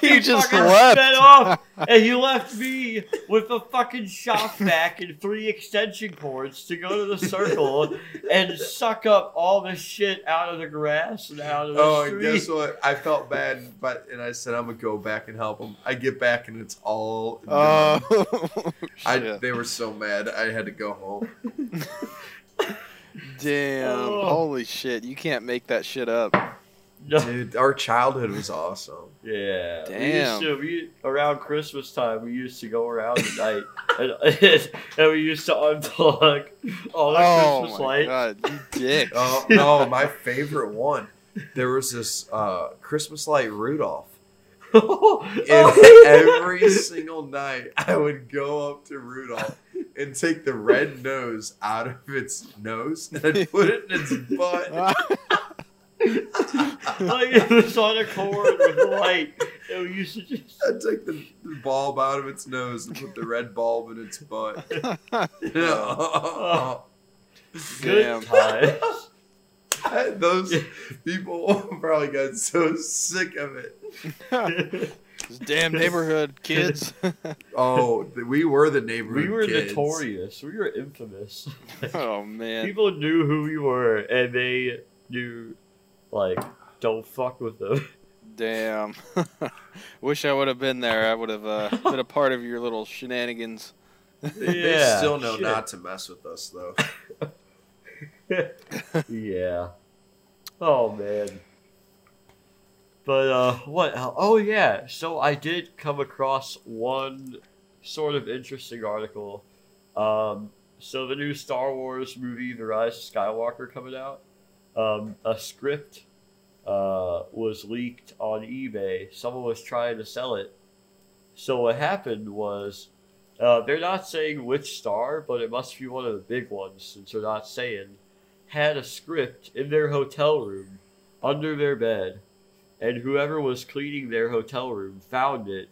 B: [LAUGHS]
A: then
B: You just
A: fucking
B: left.
A: sped off, and you left me with a fucking shop vac and three extension cords to go to the
B: [LAUGHS]
A: circle and suck up all the shit out of the grass and out of the
C: Oh, and
A: street.
C: guess what? I felt bad, but and I said I'm gonna go back and help him. I get back and it's all.
B: Oh,
C: I,
B: shit.
C: they were so mad. I had to
A: [LAUGHS]
C: go home.
B: damn!
A: Oh.
B: Holy shit! You can't make that shit up.
A: No.
C: Dude, our childhood was awesome.
A: [LAUGHS] Yeah.
B: Damn.
A: We used to, we, around Christmas time, we used to go around at night and, [LAUGHS] and we used to unplug all the
B: Oh
A: Christmas [LAUGHS]
B: my
A: lights.
B: god, you dick!
C: Oh no, my favorite one. There was this uh, Christmas light
A: [LAUGHS]
C: Rudolph.
A: Oh,
C: And every single night, I would go up to Rudolph and take the red nose out of its nose and I'd put it in its butt.
B: [LAUGHS]
A: like it was on a cord with a light. And we used to just.
C: [LAUGHS] I'd take the, the bulb out of its nose and put the red bulb in its
B: [LAUGHS]
C: butt. [LAUGHS]
A: Good
B: Damn.
A: times.
C: Those people [LAUGHS] probably got so sick of it.
A: Oh.
B: [LAUGHS] This damn neighborhood, kids.
C: Oh, th- we were the neighborhood.
A: [LAUGHS] we were
C: kids. [LAUGHS]
A: notorious. We were infamous.
B: [LAUGHS] oh man.
A: People knew who we were and they knew, like, don't fuck with them.
B: Damn. [LAUGHS] Wish I would have been there. I would
A: [LAUGHS]
B: have uh, been a part of your little shenanigans.
C: They, they
A: Yeah,
C: still know
A: shit.
C: not to mess with us, though.
A: yeah. Oh man. But uh, what? el- Oh yeah. So I did come across one sort of interesting article. Um, so the new Star Wars movie, The Rise of Skywalker, coming out. Um, a script uh, was leaked on eBay. Someone was trying to sell it. So what happened was, uh, they're not saying which star, but it must be one of the big ones since they're not saying had a script in their hotel room under their bed, and whoever was cleaning their hotel room found it,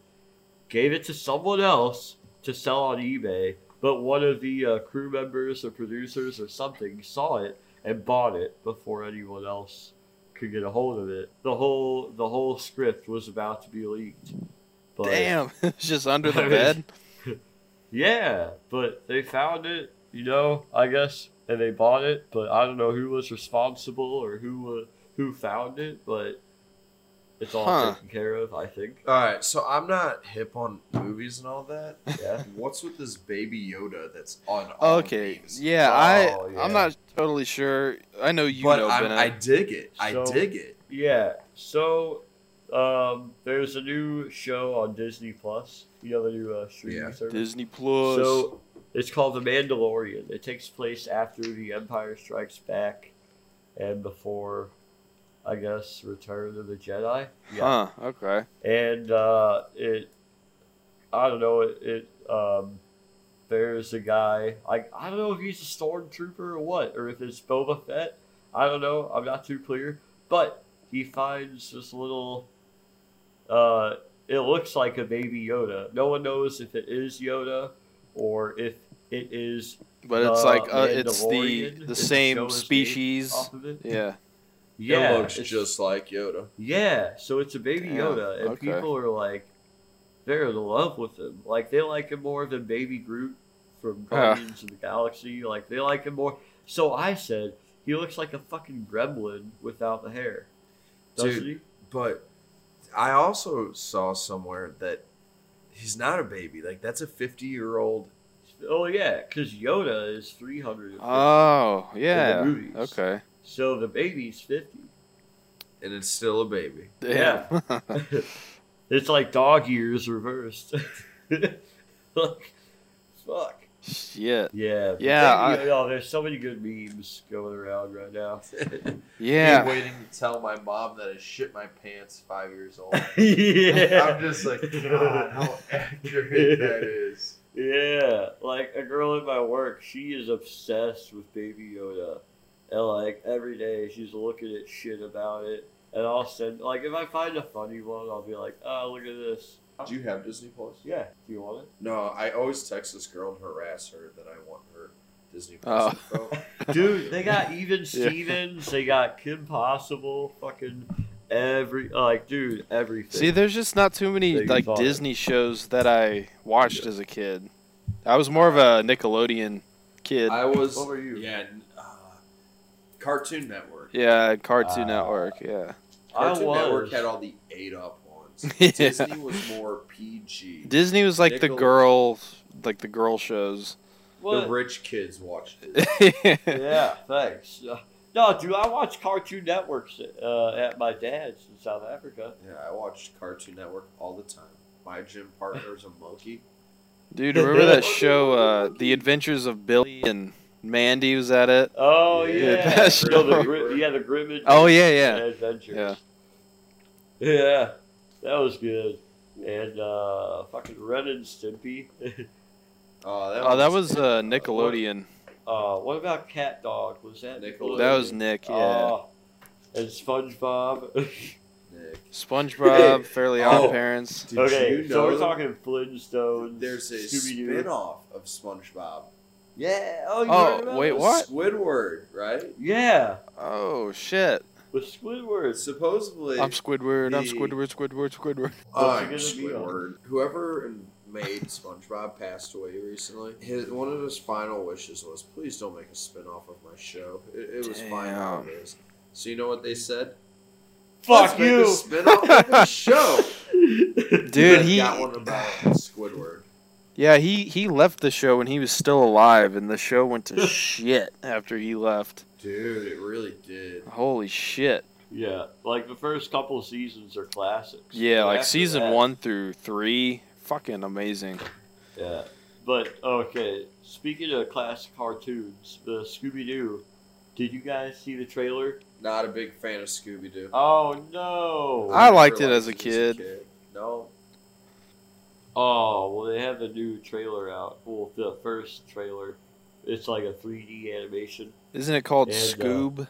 A: gave it to someone else to sell on eBay, but one of the uh, crew members or producers or something saw it and bought it before anyone else could get a hold of it. The whole the whole script was about to be leaked. But
B: Damn, [LAUGHS] it's just under
A: [LAUGHS]
B: the
A: But-
B: bed.
A: yeah, but they found it, you know, I guess, and they bought it, but I don't know who was responsible or who uh, who found it, but it's all
B: Huh.
A: taken care of, I think.
C: All right, so I'm not hip on movies and all that.
A: Yeah. [LAUGHS]
C: What's with this Baby Yoda that's on all
B: Okay.
C: memes?
B: Yeah, I
A: Oh, yeah.
B: I'm not totally sure. I know you
C: but
B: know
C: I'm-
B: Bennett.
C: I dig it. I
A: So-
C: dig it.
A: yeah. So um there's a new show on Disney Plus, you know the new uh, streaming
C: Yeah.
A: service.
B: Disney Plus.
A: So it's called The Mandalorian. It takes place after The Empire Strikes Back and before I guess Return of the Jedi. Yeah.
B: Huh. Okay.
A: and uh, it I don't know it, it um, there's a guy I I don't know if he's a stormtrooper or what or if it's Boba Fett I don't know I'm not too clear but he finds this little uh, it looks like a baby Yoda no one knows if it is Yoda or if it is
B: But it's
A: Uh,
B: like uh, it's the
A: Mandalorian.
B: the
A: It's
B: same
A: Yoda's name
B: species.
A: off of it
B: Yeah.
C: it looks
A: it's-
C: just like Yoda.
A: Yeah, so it's a baby
B: Damn,
A: Yoda, and
B: okay.
A: people are like, they're in love with him. Like they like him more than Baby Groot
B: [LAUGHS]
A: from
B: Huh.
A: Guardians of the Galaxy. Like they like him more. So I said he looks like a fucking gremlin without the hair. Doesn't
C: Dude, But I also saw somewhere that he's not a baby. Like that's a 50 year old.
A: he? Oh yeah, because Yoda is three hundred.
B: [LAUGHS] Oh yeah.
A: movies.
B: Okay.
A: so the baby's fifty. [LAUGHS]
C: And it's still a baby.
B: Damn. [LAUGHS]
A: It's like dog years reversed. [LAUGHS] like, fuck.
B: Shit.
A: Yeah. but
B: Yeah,
A: Baby Yoda, oh, there's so many good memes going around right
B: [LAUGHS]
A: now. [LAUGHS]
C: Me
B: Yeah.
C: waiting to tell my mom that I shit my pants five years
B: [LAUGHS]
C: old.
A: yeah.
C: I'm just like, God, how accurate that is.
A: Yeah. Like a girl at my work, she is obsessed with Baby Yoda. And like every day she's looking at shit about it. and I'll send like if I find a funny one, I'll be like, oh, look at this.
C: Do you have Disney Plus?
A: Yeah, do you want
C: No, I always text this girl and harass her that I want her Disney
B: Oh.
C: Plus. info.
B: [LAUGHS]
A: it, dude? They got even Stevens. They got Kim Possible. Fucking every like, dude, everything.
B: See, there's just not too many
A: Big
B: like
A: thought.
B: Disney shows that I watched as a kid. I was more of a Nickelodeon kid.
C: I was.
A: What were you?
C: Yeah. n- Uh, Cartoon Network.
B: yeah, Cartoon
A: Uh,
B: Network. Yeah,
C: Cartoon
A: I was.
C: Network had all the eight up ones.
B: [LAUGHS] Yeah.
C: Disney was more PG.
B: Disney was like the
C: Nickel-
B: girl, like the girl shows. [LAUGHS]
C: The
A: What?
C: rich kids watched it.
A: yeah, thanks. Uh, No, dude, I watch Cartoon Networks uh, at my dad's in South Africa.
C: Yeah, I watched Cartoon Network all the time. My gym partner's a monkey.
B: Dude, remember that show, uh, The Adventures of Billy and Mandy? Was that it?
A: Oh
C: Yeah,
A: yeah,
B: [LAUGHS] that show.
A: No, the, Grim- yeah, the Grim Adventures.
B: Oh yeah, yeah.
A: Adventures.
B: Yeah.
A: Yeah, that was good. And uh, fucking Ren and Stimpy. [LAUGHS]
C: Oh, that
B: Oh,
C: was,
B: that was uh, Nickelodeon.
A: Uh, what about Cat Dog? Was that
C: Nickelodeon.
B: That was Nick. Yeah.
A: Oh, and SpongeBob. [LAUGHS]
C: Nick.
B: SpongeBob, Fairly Odd
C: Oh.
B: Parents.
C: Did
A: okay,
C: you know
A: so we're
C: that
A: talking Flintstones.
C: there's a
A: Scooby-Doo.
C: spin-off of SpongeBob.
A: Yeah. Oh, you
B: Oh,
A: remember
B: wait,
A: this?
B: What?
C: Squidward, right?
A: Yeah,
B: Oh shit!
A: with Squidward.
C: Supposedly,
B: I'm Squidward. I'm
C: The-
B: Squidward. Squidward. Squidward.
A: What's it
C: I'm
A: gonna be on?
C: Squidward. Whoever made SpongeBob passed away recently. His, one of his final wishes was, "Please don't make a spin-off of my show. It, it was fine how
B: Damn.
C: it is." So you know what they said?
A: Fuck
C: Let's Make a
A: you.
C: spin-off of the
B: [LAUGHS]
C: show.
B: Dude,
C: They've
B: he
C: got one about Squidward.
B: yeah he he left the show when he was still alive, and the show went to shit after he left.
C: Dude, it really did.
B: Holy shit!
A: Yeah, like the first couple of seasons are classics.
B: Yeah,
A: But
B: like
A: after
B: season
A: that-
B: one through three, fucking amazing.
A: Yeah, but okay. Speaking of classic cartoons, the Scooby Doo. Did you guys see the trailer?
C: Not a big fan of Scooby Doo.
A: Oh no!
B: I liked it as a kid.
C: No, [COUGHS]
A: oh well, they have the new trailer out. Well, the first trailer. It's like a 3D animation.
B: Isn't it called
A: And, uh,
B: Scoob?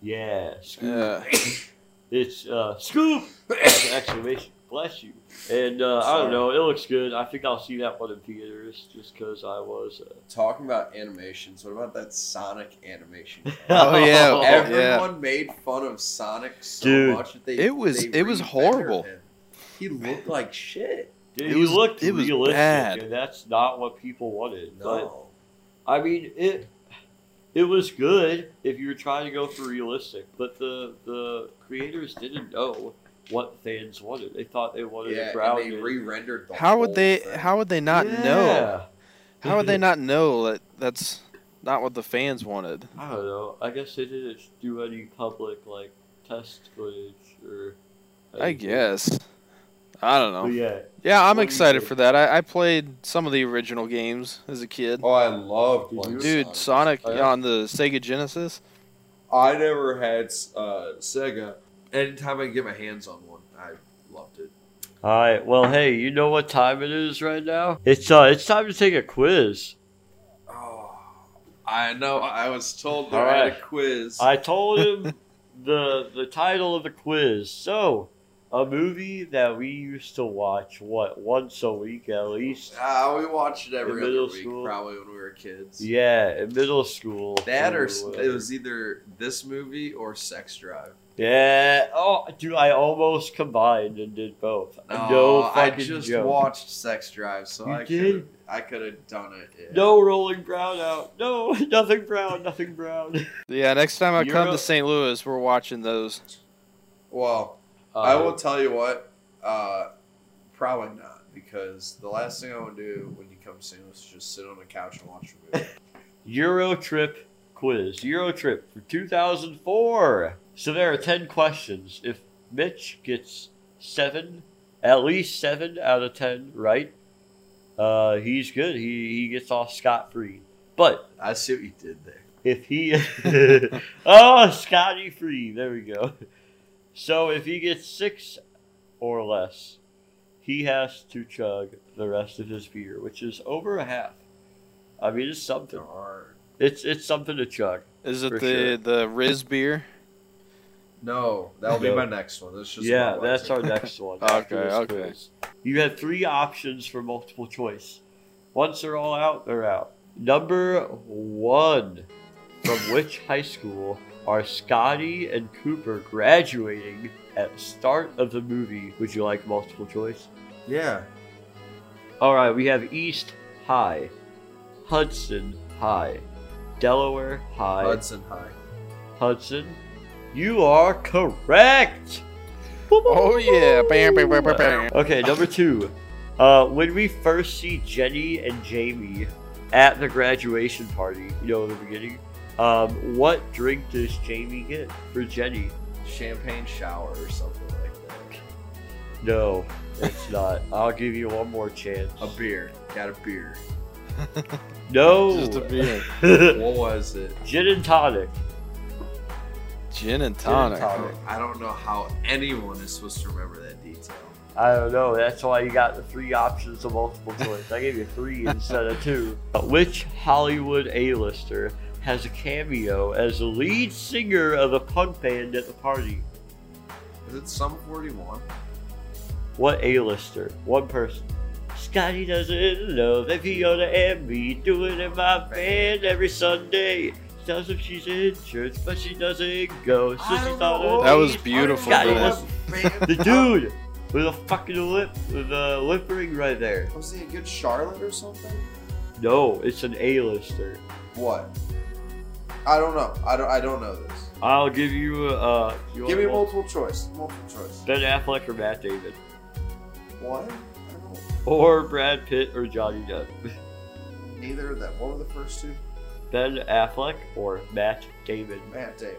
A: Yeah, Scoob.
B: Yeah.
A: It's uh, Scoop! [COUGHS] exclamation! Bless you. And uh, I
C: Sorry.
A: don't know. It looks good. I think I'll see that one in theaters just because I was. Uh,
C: talking about animations. What about that Sonic animation?
B: [LAUGHS] Oh,
A: [LAUGHS]
B: yeah.
A: Oh,
C: Everyone
B: yeah.
C: made fun of Sonic so
A: Dude.
C: much that they
B: It was-
C: they
B: it was
C: rebetter
B: horrible.
C: him. He looked like shit.
A: Dude,
B: It
A: he
B: was-
A: looked
B: it was
A: realistic,
B: bad.
A: and that's not what people wanted. But
C: No,
A: I mean, it it was good if you were trying to go for realistic, but the the creators didn't know what fans wanted. They thought they wanted a
C: yeah, and
A: grounded.
C: they re-rendered the
B: How would
C: whole
B: they?
C: thing.
B: How would they not know?
A: Yeah.
B: How would they not know that that's not what the fans wanted?
A: I don't know. I guess they didn't do any public like test footage or.
B: I
A: anything.
B: guess. I don't
A: But
B: know.
A: yeah,
B: Yeah, I'm
A: What do you
B: excited
A: think?
B: for that. I, I played some of the original games as a kid.
C: Oh, I love playing
B: Dude, Sonic
A: Oh, yeah.
B: on the Sega Genesis.
C: I never had uh, Sega. Anytime I could get my hands on one, I loved it.
A: All right. Well, hey, you know what time it is right now? It's uh, it's time to take a quiz.
C: Oh, I know. I was told
A: All
C: there I had a
A: right.
C: quiz.
A: I told him the the title of the quiz. So, a movie that we used to watch what once a week at least.
C: Ah, we watched it every
A: In
C: other
A: middle
C: week,
A: school?
C: probably when we were kids.
A: Yeah, in middle school.
C: That or s-
A: whatever.
C: it was either this movie or Sex Drive.
A: Yeah. Oh, dude, I almost combined and did both. No,
C: I
A: fucking
C: just
A: joke.
C: watched Sex Drive, so
A: You
C: I
A: did?
C: could I could have done it. yeah.
A: No rolling brown out. No, [LAUGHS] nothing brown. Nothing brown.
B: Yeah, next time I come
A: Euro-
B: to St. Louis, we're watching those.
C: Well,
A: Uh,
C: I will tell you what. Uh, probably not because the last thing I want to do when you come to St. Louis is just sit on the couch and watch a movie.
A: Euro Trip quiz. Euro Trip for 2004. So there are 10 questions. If Mitch gets seven, at least seven out of 10 right, uh, he's good. He, he gets off scot free. But
C: I see what you did there.
A: if he. [LAUGHS] oh, Scotty free. There we go. So if he gets six or less, he has to chug the rest of his beer, which is over a half. I mean, it's something.
C: Oh.
A: It's it's something to chug.
B: Is it
A: For
B: the
A: sure.
B: the Riz beer?
C: No, that'll be
A: No.
C: my next one. That's just
A: yeah,
C: Budweiser.
A: that's our next [LAUGHS] one.
B: Okay,
A: after this
B: okay.
A: quiz. You have three options for multiple choice. Once they're all out, they're out. Number one From which high school are Scotty and Cooper graduating at the start of the movie? Would you like multiple choice?
C: Yeah.
A: All right, we have East High, Hudson High, Delaware High,
C: Hudson High.
A: Hudson. You are correct.
B: Oh yeah. Bam, bam, bam, bam, bam.
A: Okay, number two. Uh, when we first see Jenny and Jamie at the graduation party, you know, in the beginning, um, what drink does Jamie get for Jenny?
C: Champagne shower or something like that.
A: No, it's not. I'll give you one more chance.
C: A beer. Got a beer.
A: No.
B: Just a beer.
C: What was it?
A: [LAUGHS] Gin and tonic.
B: Gin and tonic.
C: I don't, I don't know how anyone is supposed to remember that detail.
A: I don't know. That's why you got the three options of multiple choice. I gave you three instead of two. Which Hollywood A-lister has a cameo as the lead singer of a punk band at the party?
C: Is it some 41?
A: What A-lister? One person. Scotty doesn't know that Fiona and me do it in my band every Sunday. Tells him she's in church, but she doesn't go. So she thought
B: That was beautiful,
A: Got it. [LAUGHS] the
C: the
A: dude with a fucking lip with a lip ring right there.
C: Was he a good Charlotte or something?
A: No, it's an A-lister.
C: What? I don't know. I don't. I don't know this.
A: I'll give you uh you
C: Give me
A: want
C: multiple choice. Multiple choice.
A: Ben Affleck or Matt David.
C: What? I don't know.
A: Or Brad Pitt or Johnny Depp.
C: Neither of them. What were the first two?
A: Ben Affleck or Matt David.
C: Matt Damon.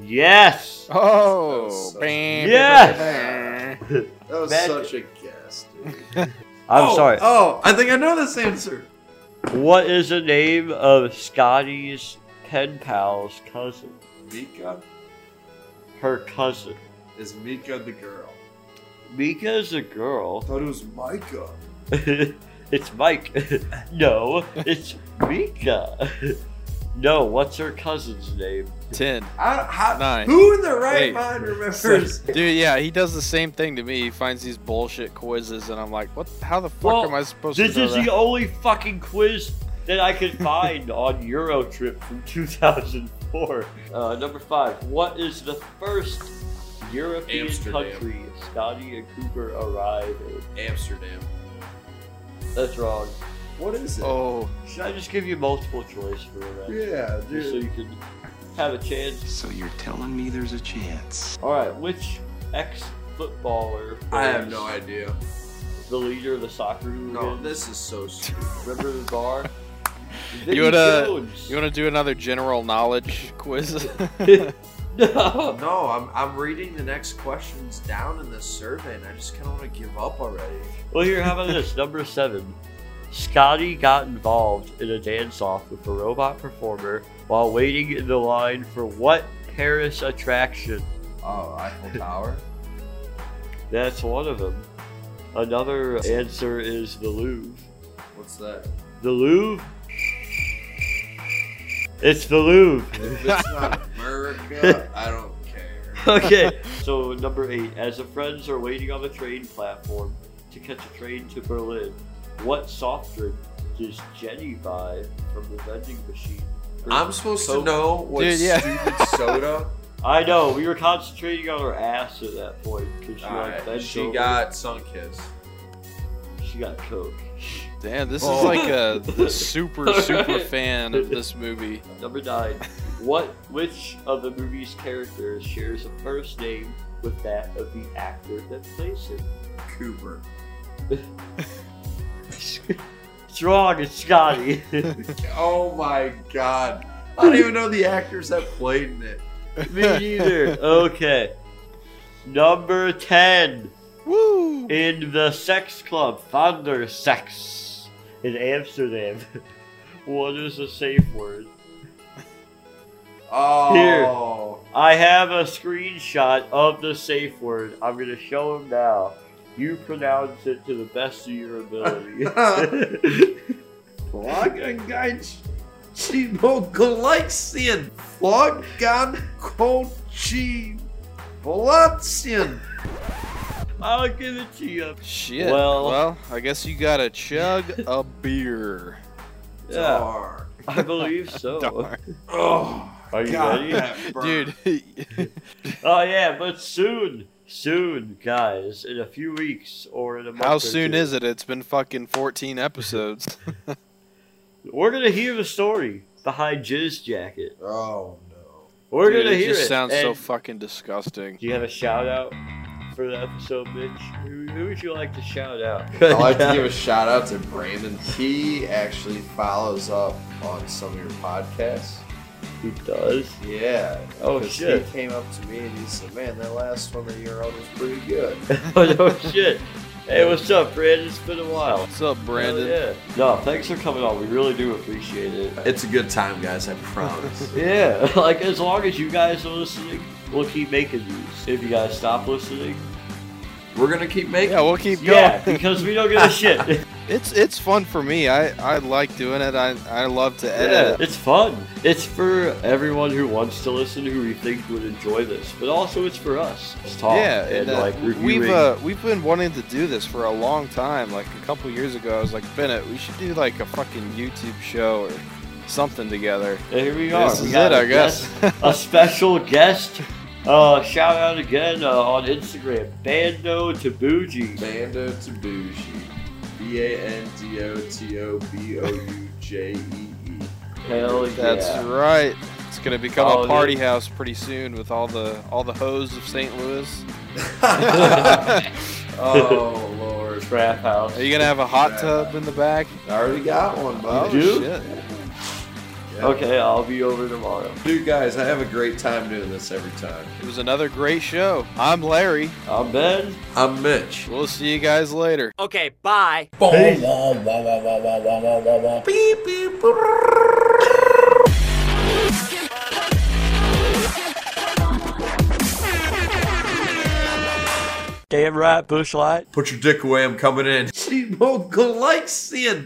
A: Yes!
B: Oh.
C: That was-
B: Bam,
A: Yes!
B: bam,
A: [LAUGHS] I'm
C: That was
A: Matt-
C: such a guess, dude. oh,
A: sorry.
C: Oh, I think I know this answer.
A: What is the name of Scotty's pen pal's cousin?
C: Mika
A: Her cousin.
C: is Mika the girl.
A: Mika is a girl. [LAUGHS]
C: thought it was Micah.
A: it's Mike. [LAUGHS] no, it's Mika. [LAUGHS] no, what's her cousin's name?
B: bam. Ten.
C: I, how,
B: Nine.
C: Who in their right
B: Eight. [LAUGHS]
C: mind remembers?
B: Dude, yeah, he does the same thing to me. He finds these bullshit quizzes, and I'm like, what? How the fuck
A: Well,
B: am I supposed
A: This
B: to know
A: is
B: that?
A: the only fucking quiz that I could find [LAUGHS] on Eurotrip from 2004. Uh, number five. What is the first European
C: Amsterdam.
A: country Scotty and Cooper arrive in?
C: Amsterdam.
A: That's wrong.
C: What is
B: [LAUGHS]
C: it?
B: Oh,
A: Should I just give you multiple choice for that?
C: yeah,
A: Just so
C: dude.
A: you can have a chance.
D: So you're telling me there's a chance?
A: Alright, which ex footballer
C: I have no idea.
A: the leader of the soccer
C: No,
A: hooligan?
C: this is so stupid.
A: Remember the
C: [LAUGHS]
A: bar?
B: You wanna-
A: Jones.
B: you want to do another general knowledge quiz? [LAUGHS]
A: [LAUGHS] no.
C: No, I'm, I'm reading the next questions down in this survey, and I just kind of want to give up already.
A: Well, here, how about this? Number seven. Scotty got involved in a dance off with a robot performer while waiting in the line for what Paris attraction?
C: Oh, Eiffel Tower.
A: That's one of them. Another answer is the Louvre.
C: What's [LAUGHS] that?
A: The Louvre? It's the Louvre. [LAUGHS]
C: If it's not America, I don't care.
A: Okay, so number eight. As the friends are waiting on the train platform to catch a train to Berlin, what soft drink does Jenny buy from the vending machine?
C: I'm supposed to
A: Coke.
C: know what
B: Dude, yeah.
C: stupid [LAUGHS] soda.
A: I know. We were concentrating on her ass at that point because she, like,
C: Alright,
A: bent
C: she
A: over.
C: got Sunkiss.
A: she got coke.
B: Damn, this
C: Oh.
B: is like a
A: [LAUGHS]
B: the super super fan of this movie.
A: Number
C: [LAUGHS]
A: nine. What? Which of the movie's characters shares a first name with that of the actor that plays him?
C: Cooper. [LAUGHS]
A: It's wrong. It's Scotty.
C: Oh my god. I don't even know the actors that played in it.
A: [LAUGHS] Me neither. Okay. Number ten.
B: [LAUGHS] Woo!
A: In the sex club, Thunder Sex, in Amsterdam. [LAUGHS] what is the safe word?
C: Oh.
A: I have a screenshot of the safe word. I'm gonna show him now. You pronounce it to the best of your
B: [LAUGHS]
A: ability.
C: Glycine. Flogangolchine. Valencian.
A: [LAUGHS] I'll give it to you.
B: Shit.
A: Well-
B: well, I guess you gotta chug
A: [LAUGHS]
B: a beer.
A: Yeah,
C: Dar.
A: I believe so.
B: [LAUGHS] Darn.
C: Oh,
A: Are you
C: God,
A: ready?
C: that burn.
B: Dude, [LAUGHS]
A: Oh yeah, but soon, soon, guys, in a few weeks or in a month.
B: how
A: or
B: soon
A: two,
B: is it? It's been fucking 14 episodes.
A: We're gonna hear the story behind Jizz Jacket.
C: Oh no.
A: We're
B: Dude,
A: gonna
B: it
A: hear
B: just
A: it.
B: sounds so
A: And
B: fucking disgusting.
A: do you have a shout out for the episode, Mitch? Who, who would you like to shout out?
C: I'd like to give a shout out to Brandon. He actually follows up on some of your podcasts.
A: [LAUGHS] He does.
C: Yeah.
A: Oh,
C: 'cause
A: shit.
C: He came up to me and he said, "Man, that last one that you were on was pretty good."
A: [LAUGHS] oh no shit. Hey, what's up, Brandon? It's been a while.
B: What's up, Brandon?
A: Hell yeah. No, thanks for coming on. We really do appreciate it.
C: It's a good time, guys. I promise.
A: [LAUGHS] Yeah, like as long as you guys are listening, we'll keep making these. If you guys stop
B: [LAUGHS]
A: listening,
C: We're gonna keep
B: yeah.
C: making.
B: we'll keep going.
A: yeah, because we don't give a shit.
B: [LAUGHS] It's it's fun for me. I, I like doing it. I, I love to
A: yeah, [LAUGHS]
B: edit.
A: it's fun. It's for everyone who wants to listen, who we think would enjoy this, but also it's for us. It's
B: Yeah,
A: talk Oh, and
B: and, uh,
A: like reviewing.
B: we've uh, we've been wanting to do this for a long time. Like a couple years ago, I was like Bennett, we should do like a fucking YouTube show or something together.
A: and here we are.
B: this
A: we
B: is
A: got
B: it,
A: a
B: I
A: [LAUGHS]
B: guess.
A: guest- a
B: [LAUGHS]
A: special guest. Uh, shout out again uh, on Instagram, Bando Tabuji.
C: Bando Tabuji. B A N D O T O B O U J E E.
A: Hell
B: That's
A: yeah.
B: right. It's gonna become
A: Oh,
B: a party
A: dude.
B: house pretty soon with all the all the hoes of St.
A: [LAUGHS]
B: Louis. [LAUGHS]
C: E. [LAUGHS] oh Lord.
A: Trap house.
B: Are you gonna have a hot tub in the back?
C: I already got one,
B: Oh
C: bud.
A: You do?
B: shit!
C: Yeah.
A: Okay, I'll be over tomorrow.
C: Dude, guys, I have a great time doing this every time.
B: It was another great show. I'm Larry.
A: I'm Ben.
C: I'm Mitch.
B: We'll see you guys later.
E: Okay, bye.
A: Damn right, Bushlight.
C: Put your dick away. I'm coming in. She won't go like seeing